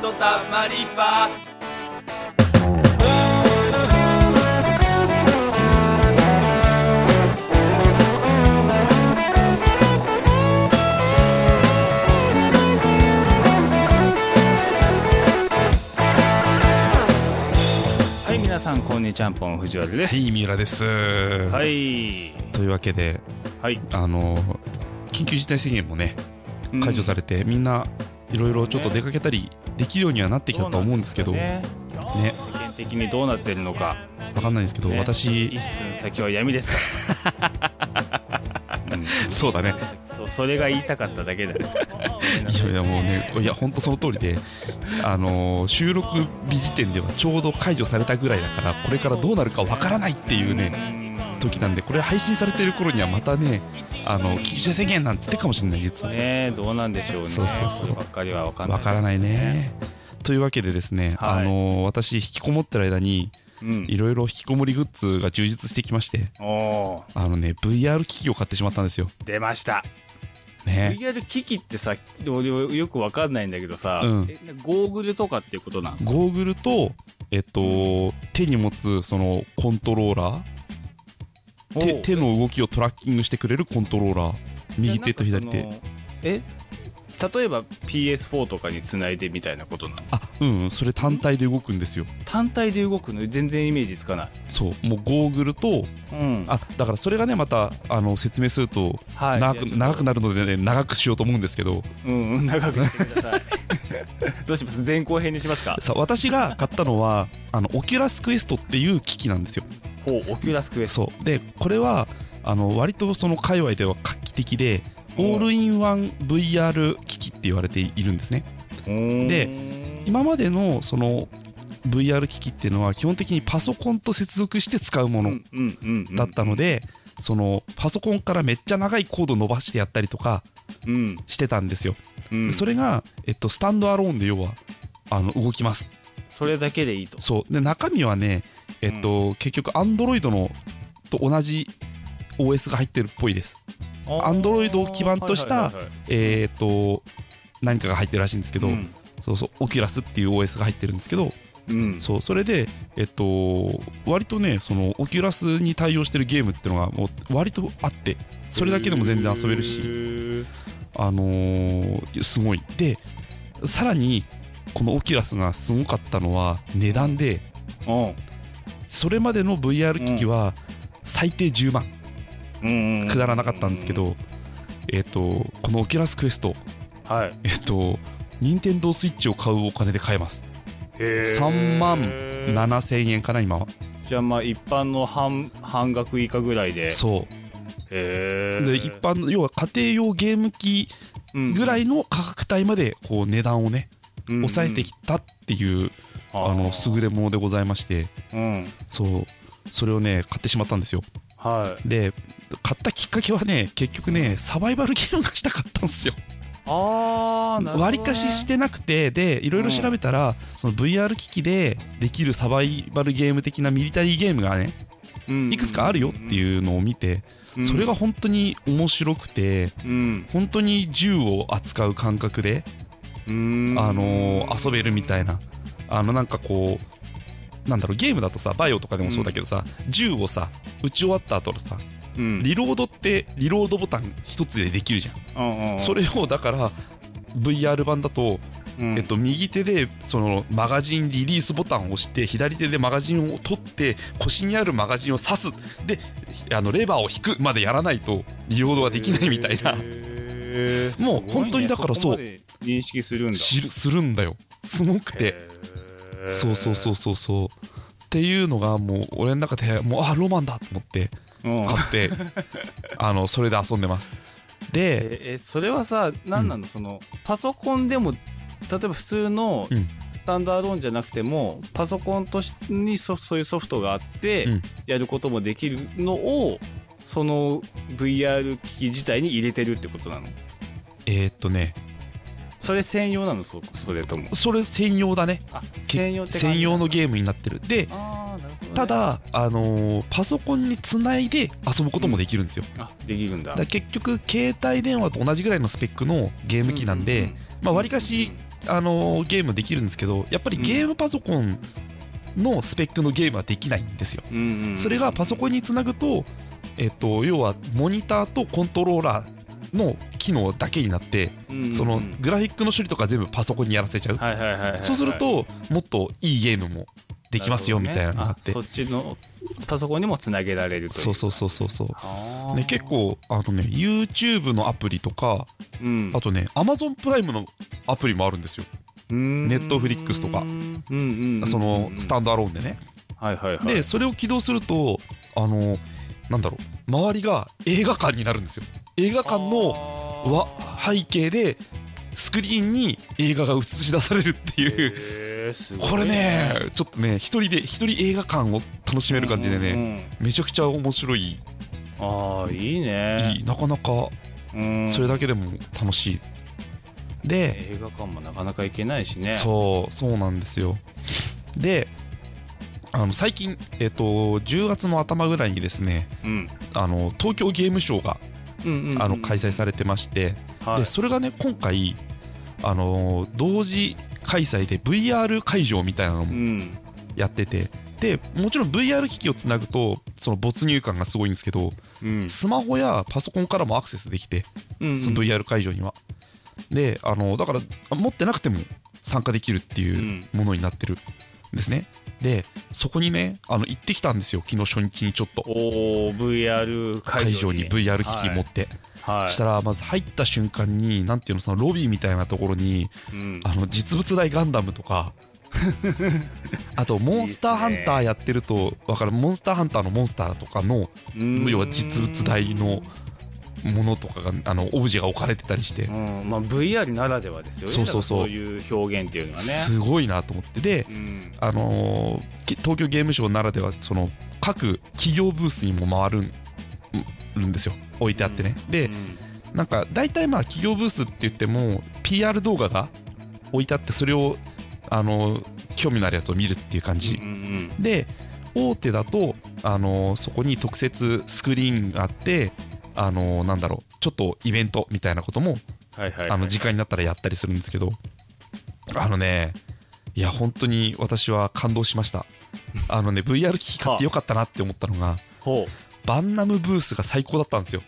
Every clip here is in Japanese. とたまり場はい皆さんこんにちはんぽん藤原ですはい、三浦です。ははいというわけで、はいあの緊急事態宣言もね解除されて、みんないろいろちょっと出かけたりできるようにはなってきたと思うんですけど、ねね世間的にどうなってるのか、わかんないんですけど、ね私一寸先は闇ですから、うんそうだね。そうそれが言いたかっただけなんですけどいやいやもうねいや本当その通りで、あの収録日時点ではちょうど解除されたぐらいだからこれからどうなるかわからないっていうね時なんでこれ配信されてる頃にはまたねあの緊急事態宣言なんつってかもしれない実は。ねどうなんでしょうねそうそうそうればっかりは分かんないわからないね。というわけでですね、はいあの私引きこもってる間にうんいろいろ引きこもりグッズが充実してきましておーあのね VR 機器を買ってしまったんですよ。出ましたね VR 機器ってさ俺よく分かんないんだけどさ、うんえゴーグルとかっていうことなんですかゴーグルと、えっと、手に持つそのコントローラーお手う手の動きをトラッキングしてくれるコントローラー右手と左いや手なんかそのえ例えば PS4 とかにつないでみたいなことなのあうんうんそれ単体で動くんですよ単体で動くの全然イメージつかないそうもうゴーグルとうんあだからそれがねまたあの説明するとはい長く,、長くなるのでね長くしようと思うんですけどうんうん長くしてください どうします前後編にしますかさあ私が買ったのはあのオキュラスクエストっていう機器なんですよほうオキュラスクエスそうでこれはあの割とその界隈では画期的でオールインワン VR 機器って言われているんですねトで今までのその VR 機器っていうのは基本的にパソコンと接続して使うものだったので、そのパソコンからめっちゃ長いコード伸ばしてやったりとかうんしてたんですよ、うんそそれれが、えっと、スタンドアローンで要はあの動きますそれだけでいいとそうで中身はね、えっと結局 Android のと同じ OS が入ってるっぽいです、Android を基盤としたえーっと何かが入ってるらしいんですけけど、そうそう Oculus っていう OS が入ってるんですけどうんそうそれで、えっと、割とねその Oculus に対応してるゲームっていうのがもう割とあってそれだけでも全然遊べるし、へーあのーすごいでさらにこの Oculus がすごかったのは値段で、うんそれまでの VR 機器は最低10万うんうんくだらなかったんですけど、えっ、とこのオキュラスクエストはいえっ、と任天堂スイッチを買うお金で買えます3万7000円かな今はじゃあまあ一般の半半額以下ぐらいでそへうで一般の要は家庭用ゲーム機般ぐらいの価格帯までこう値段をね抑えてきたっていうあの優れものでございましてうんそうそれをね買ってしまったんですよはいで買ったきっかけはね結局ねサバイバルゲームがしたかったんですよああなるほどね割りかししてなくてでいろいろ調べたら、その VR 機器でできるサバイバルゲーム的なミリタリーゲームがねいくつかあるよってういうのを見て、んそれが本当に面白くてうん本当に銃を扱う感覚で、うんあのー遊べるみたいなあのなんかこうなんだろうゲームだとさバイオとかでもそうだけどさ、銃をさ撃ち終わった後のさうんリロードってリロードボタン一つでできるじゃん、うんうんそれをだから VR 版だとうんえっと、右手でそのマガジンリリースボタンを押して左手でマガジンを取って腰にあるマガジンを刺すであのレバーを引くまでやらないと利用はできないみたいなへーもう本当にだからすごいねそこまで認識するんだ知るするんだよすごくてへーそうそうそうそうそうっていうのがもう俺の中でもうあロマンだと思ってうん買って あのそれで遊んでますえでえそれはさ何なの、そのパソコンでも例えば普通のうんスタンドアローンじゃなくてもパソコンとしにそそういうソフトがあって、うんやることもできるのをその VR 機器自体に入れてるってことなのえーっとねそれ専用なのそそれともそれ専用だねあけ専用って感じ専用のゲームになってるであーなるほどね、ただ、あのーパソコンにつないで遊ぶこともできるんですよ、あできるんだだから結局携帯電話と同じぐらいのスペックのゲーム機なんで、うううまあわりかしうんあのーゲームできるんですけどやっぱりうんゲームパソコンのスペックのゲームはできないんですようんうんそれがパソコンにつなぐと,、えっと要はモニターとコントローラーの機能だけになってうんうんうんそのグラフィックの処理とか全部パソコンにやらせちゃうはいはいはいはいはいそうするともっといいゲームもできますよみなたいるなほどのねがあってあそっちのパソコンにもつなげられるというそうそうそうそうそうあーね、結構あのね YouTube のアプリとかうんあとね Amazon プライムのアプリもあるんですよ、ネ Netflix とかうんうんうんうんそのスタンドアローンでね、はいはいはいでそれを起動するとあのなんだろう周りが映画館になるんですよ映画館のわ背景でスクリーンに映画が映し出されるっていう、へーすごいこれねちょっとね一人で一人映画館を楽しめる感じでね、うんうんうんめちゃくちゃ面白い、ああいいねいいなかなかうんそれだけでも楽しい、で、映画館もなかなか行けないしねそうそうなんですよであの最近、えっと10月の頭ぐらいにですねうんあの東京ゲームショウがうんうんうんあの開催されてまして、はいでそれがね今回あの同時開催で VR 会場みたいなのうもんやってて、でもちろん VR 機器をつなぐとその没入感がすごいんですけどうんスマホやパソコンからもアクセスできてうんその VR 会場には。であのだから持ってなくても参加できるっていううんものになってるんですね。でそこにねあの行ってきたんですよ昨日初日にちょっとおー VR 会会場場にに VR 機器持って、はしたらまず入った瞬間になんていうのそのロビーみたいなところにいうんあの実物大ガンダム とかあとモンスターハンターやってるとわかるモンスターハンターのモンスターとかのうん要は実物大のものとかがあのオブジェが置かれてたりしてうんまあ VR ならではですよねそうそうそうだからいう表現っていうのはねすごいなと思ってで、うんあのーき東京ゲームショウならではその各企業ブースにも回るんるんですよ置いてあってね、うでんなんか大体まあ企業ブースって言っても PR 動画が置いてあってそれを、あのー興味のあるやつを見るっていう感じう、んで大手だと、あのーそこに特設スクリーンがあって、あのーなんだろうちょっとイベントみたいなこともはいはいはいあの時間になったらやったりするんですけどあのねいや本当に私は感動しましたあのね VR 機器買ってよかったなって思ったのがほうバンナムブースが最高だったんですよ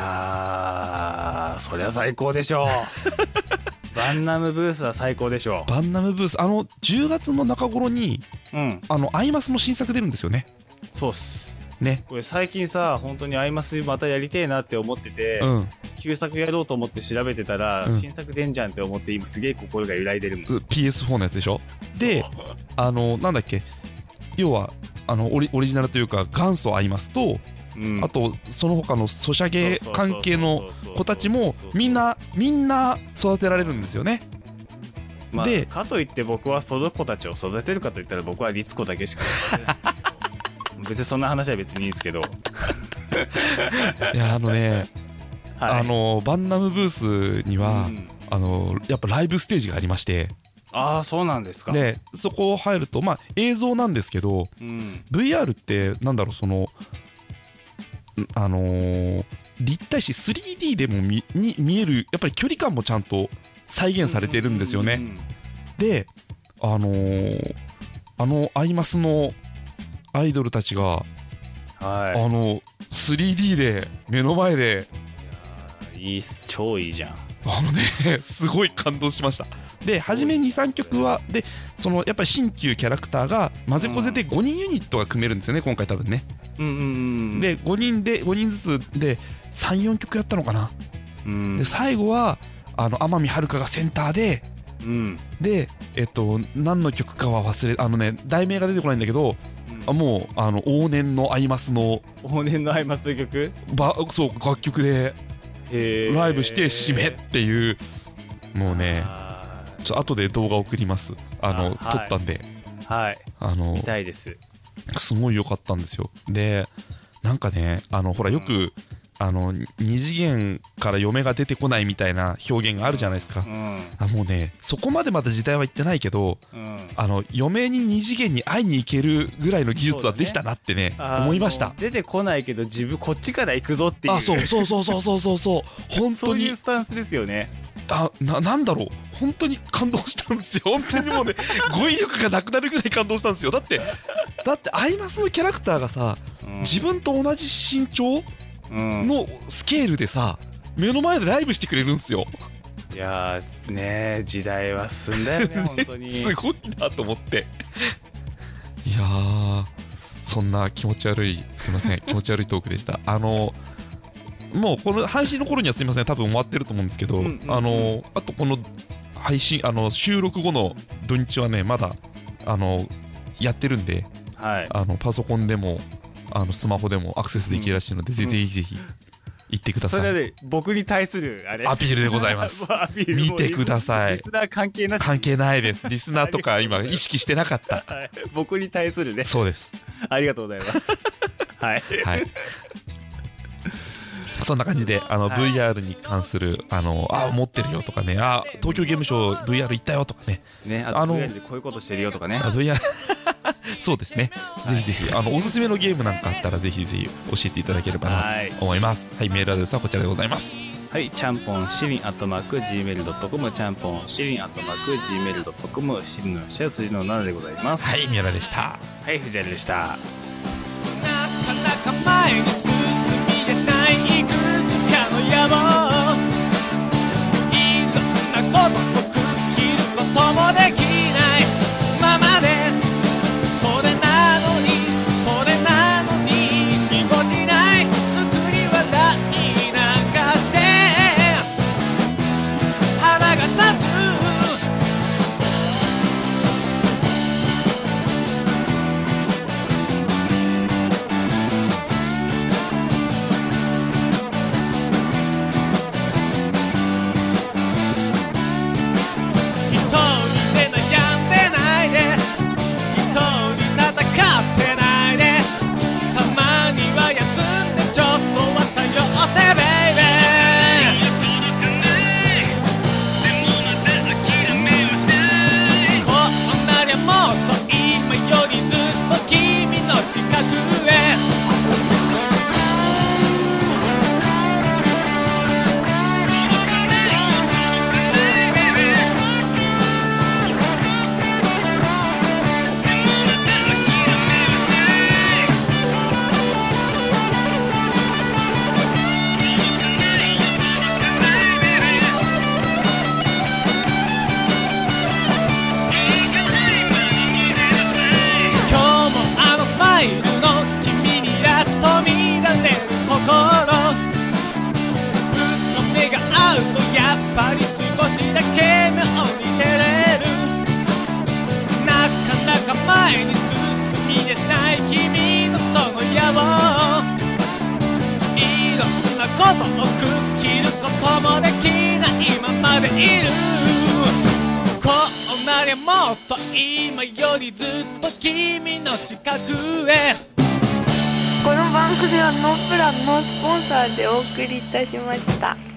あーそりゃ最高でしょ うバンナムブースは最高でしょバンナムブースあの10月の中頃にううんあのアイマスの新作出るんですよねそうっすねこれ最近さ本当に「アイマス」またやりてえなって思ってて、うん旧作やろうと思って調べてたら、うん新作出んじゃんって思って今すげえ心が揺らいでるもん PS4 のやつでしょでそうあのなんだっけ要はあのオリオリジナルというか元祖アイマスと、うんあとその他のソシャゲ関係の子たちもそうそうそうそうそうそうそうみんなみんな育てられるんですよねまあでかといって僕はその子たちを育てるかといったら僕は律子だ けしか育てない別にそんな話は別にいいんですけど、はい、いやあのね、あのバンナムブースには、うんあのやっぱライブステージがありましてああそうなんですか、でそこを入るとまあ映像なんですけどうん VR ってなんだろうそのんあのー立体視 3D でも見に見えるやっぱり距離感もちゃんと再現されてるんですようねんであのーあのアイマスのアイドルたちが、はいあの 3D で目の前でいやーいいっす超いいじゃんあのね、すごい感動しました。で、初め2、3曲は、で、その、やっぱり新旧キャラクターが、まぜこぜで5人ユニットが組めるんですよね、今回多分ね。うんうんうんで、5人で、5人ずつで、3、4曲やったのかな。うんで、最後は、あの、天海遥がセンターで、うんで、えっと、何の曲かは忘れ、あのね、題名が出てこないんだけど、あもう、あの、往年のアイマスの、往年のアイマスの曲ば、そう、楽曲で、ラライブして、締めっていう、もうね、ちょっと後で動画送ります。あの、あはい撮ったんで。はいあの見、たいですすごい良かったんですよ。で、なんかね、あの、ほら、よく、あの二次元から嫁が出てこないみたいな表現があるじゃないですか、うんあもうねそこまでまだ時代は行ってないけどうんあの嫁に二次元に会いに行けるぐらいの技術はできたなってねあの思いました出てこないけど自分こっちから行くぞっていうあそうそうそうそうそうそうそう本そ当ういにうスタンスですよねあななんだろう本当に感動したんですよ 本当にもうね語彙力がなくなるぐらい感動したんですよだってだってアイマスのキャラクターがさうん自分と同じ身長うんのスケールでさ目の前でライブしてくれるんですよいやーねえ時代は進んだ よね本当にすごいなと思っていやーそんな気持ち悪いすい ません気持ち悪いトークでしたあのもうこの配信の頃にはすいません多分終わってると思うんですけど、うんうんうんあのあとこの配信あの収録後の土日はねまだあのやってるんではいあのパソコンでもあのスマホでもアクセスできるらしいので、ぜうんぜひぜひ行ってくださそい、れで僕に対するあれアピールでございますもう アピールもう見てくださいリスナー関係なし関係ないですリスナーとか今意識してなかったはい僕に対するねそうですありがとうござい ます。はい。はい。そんな感じで、あの、はい VR に関する、あの、あ、持ってるよとかね、あ、東京ゲームショー VR 行ったよとかね、ね、ああのの、VR でこういうことしてるよとかねあ。VR、そうですね。ぜひぜひ、あの、おすすめのゲームなんかあったら、ぜひぜひ教えていただければなはい。と思います。はい、メールアドレスはこちらでございます。はい。ちゃんぽんしりんアットマーク Gmail.com、ちゃんぽんしりんアットマーク Gmail.com、しりんの下筋の7でございます。はい、宮田でした。はい、藤原でした。なかなか前に進み出したいいくつかの野望いろんなことをくっ切ることもできないままでそれなのにそれなのにぎこちない作り笑いなんかして腹が立つ一人で悩んでないで一人戦ってないでたまには休んでちょっとは頼ってベイベーこんなにゃもっと今よりずっと君の近くへ今日もあのスマイルの君にやっと見られる心ずっと目が合うとやっぱり少しだけ目を似てれるなかなか前に進み出せない君のその野望いろんなことをくっ切ることもできないままでいるこうなりゃもっと今よりずっと君の近くへこの番組はノープランのスポンサーでお送りいたしました。